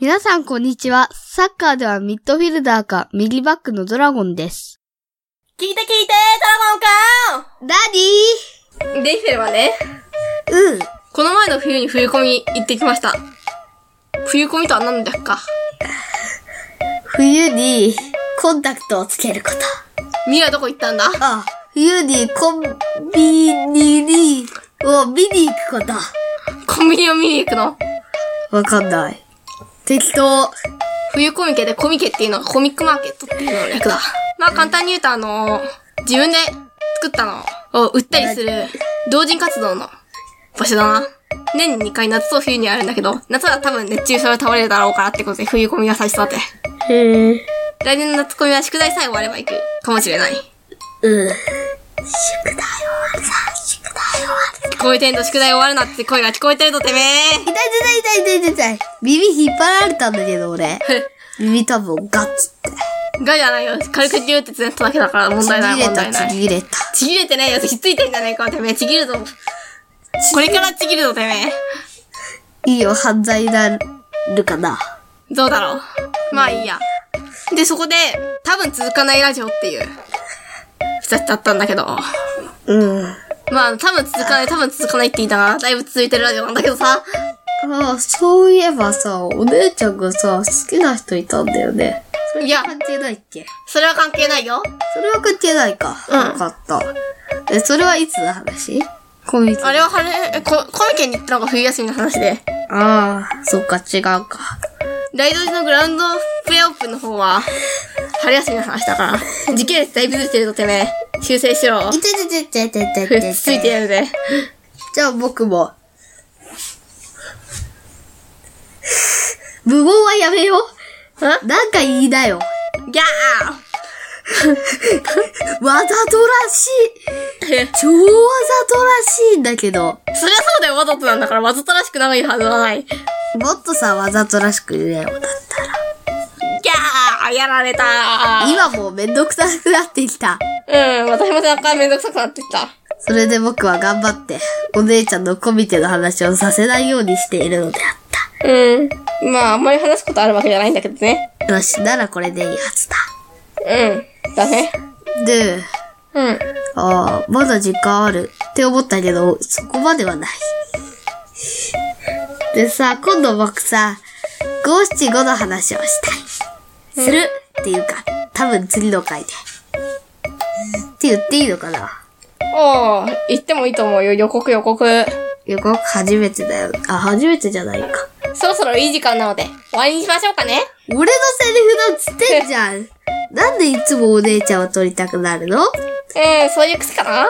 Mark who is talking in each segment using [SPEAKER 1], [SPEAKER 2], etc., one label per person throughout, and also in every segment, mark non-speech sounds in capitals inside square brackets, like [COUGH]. [SPEAKER 1] 皆さんこんにちは。サッカーではミッドフィルダーか右バックのドラゴンです。
[SPEAKER 2] 聞いて聞いて、ドラ
[SPEAKER 1] ダデ
[SPEAKER 2] ゴンくんレイフェルはね、
[SPEAKER 1] ィーうん。
[SPEAKER 2] この前の冬に冬コミ行ってきました。冬コミとは何だっか。
[SPEAKER 1] 冬にコンタクトをつけること。
[SPEAKER 2] ミはどこ行ったんだ
[SPEAKER 1] あ、冬にコンビニにを見に行くこと。
[SPEAKER 2] コンビニを見に行くの
[SPEAKER 1] わかんない。適当。
[SPEAKER 2] 冬コミケでコミケっていうのがコミックマーケットっていうのを略だ。まあ簡単に言うとあの自分で作ったのを売ったりする同人活動の場所だな。年に2回夏と冬にあるんだけど、夏は多分熱中症で倒れるだろうからってことで冬コミが最初だって。
[SPEAKER 1] へえ。
[SPEAKER 2] 来年の夏コミは宿題さえ終われば行くかもしれない。
[SPEAKER 1] うん。
[SPEAKER 2] 聞こえてんの宿題終わるなって声が聞こえてるとてめ
[SPEAKER 1] 痛い痛い痛い
[SPEAKER 2] え。
[SPEAKER 1] 痛い痛い痛い。耳引っ張られたんだけど俺。
[SPEAKER 2] [LAUGHS]
[SPEAKER 1] 耳たぶをガッツって。
[SPEAKER 2] がじゃないよ。軽くギューってつねっただけだから問
[SPEAKER 1] ち
[SPEAKER 2] 題ない
[SPEAKER 1] ぎれ
[SPEAKER 2] 問題な
[SPEAKER 1] た、
[SPEAKER 2] い
[SPEAKER 1] ち。ぎれた。
[SPEAKER 2] ちぎれてないやつひっついてんじゃないか、てめえ。ちぎるぞ。これからちぎるぞ、てめえ。
[SPEAKER 1] いいよ、犯罪になるかな。
[SPEAKER 2] どうだろう。まあいいや。で、そこで、多分続かないラジオっていう、二つだったんだけど。
[SPEAKER 1] うん。あ
[SPEAKER 2] まあ、多分続かない、多分続かないって言いながら、だいぶ続いてるラジオなんだけどさ。
[SPEAKER 1] あ、そういえばさ、お姉ちゃんがさ、好きな人いたんだよね。そ
[SPEAKER 2] いや
[SPEAKER 1] 関係ないっけ
[SPEAKER 2] それは関係ないよ。
[SPEAKER 1] それは関係ないか。
[SPEAKER 2] うん
[SPEAKER 1] わかった。え、それはいつの話コミュニティ
[SPEAKER 2] あれは春、えこ、コミケに行ったのが冬休みの話で。
[SPEAKER 1] ああ、そっか、違うか。
[SPEAKER 2] 大道寺のグラウンドプレイオープンの方は、春休みの話だから。時系列だいぶずれてるぞ、てめえ。修正しろ。
[SPEAKER 1] いててててて
[SPEAKER 2] ふ
[SPEAKER 1] て
[SPEAKER 2] [LAUGHS] っついてやるぜ。
[SPEAKER 1] [LAUGHS] じゃあ僕も。 [LAUGHS] 無言はやめよう。なんか言いなよ。
[SPEAKER 2] ギャー
[SPEAKER 1] わざとらしい。
[SPEAKER 2] え
[SPEAKER 1] 超わざとらしいんだけど。
[SPEAKER 2] そりゃそうだよ、わざとなんだから、わざとらしくないはずはない。ギャ
[SPEAKER 1] もっとさ、わざとらしく言えよ。
[SPEAKER 2] ーやられた
[SPEAKER 1] 今もうめんどくさくなってきた。
[SPEAKER 2] うん、私も若干めんどくさくなってきた。
[SPEAKER 1] それで僕は頑張って、お姉ちゃんのコミケの話をさせないようにしているのであっ
[SPEAKER 2] うん。まあ、あんまり話すことあるわけじゃないんだけどね。
[SPEAKER 1] た。よし、ならこれでいいはずだ。
[SPEAKER 2] うん。だね。
[SPEAKER 1] で、
[SPEAKER 2] うん。
[SPEAKER 1] ああ、まだ時間あるって思ったけど、そこまではない。でさ、今度僕さ、五七五の話をしたい。するっていうか、多分次の回で。って言っていいのかな
[SPEAKER 2] おー、言ってもいいと思うよ、予告予告。
[SPEAKER 1] 予告初めてだよ。あ、初めてじゃないか。
[SPEAKER 2] そろそろいい時間なので、終わりにしましょうかね。
[SPEAKER 1] 俺のセリフなんつってんじゃん。なんでいつもお姉ちゃんを撮りたくなるの
[SPEAKER 2] うん、そういう癖かな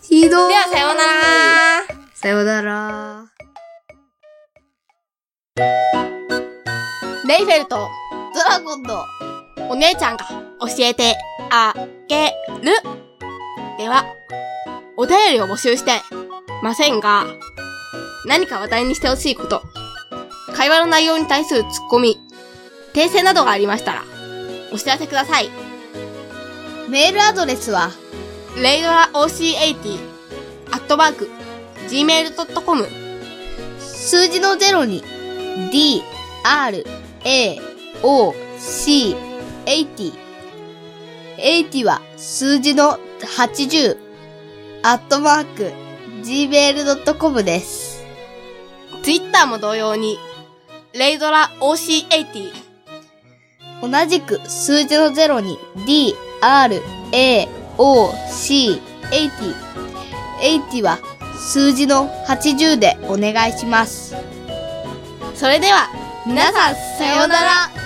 [SPEAKER 1] ひどい。
[SPEAKER 2] では、さようなら
[SPEAKER 1] さようなら。
[SPEAKER 2] レイフェルト、
[SPEAKER 1] ドラゴンの
[SPEAKER 2] お姉ちゃんが教えてあげる。では、お便りを募集してませんが、何か話題にしてほしいこと、会話の内容に対するツッコミ、訂正などがありましたら、お知らせください。
[SPEAKER 1] メールアドレスは、
[SPEAKER 2] レイドラ OC80、アットマーク、gmail.com、
[SPEAKER 1] 数字の0に d, r, a, o, c, 80。80は数字の80。アットマーク、gmail.com です。
[SPEAKER 2] Twitter も同様に、レイドラ OC80、
[SPEAKER 1] 同じく数字の0に d, r, a, o, c, 80。80は数字の80でお願いします。
[SPEAKER 2] それでは、皆さん、さようなら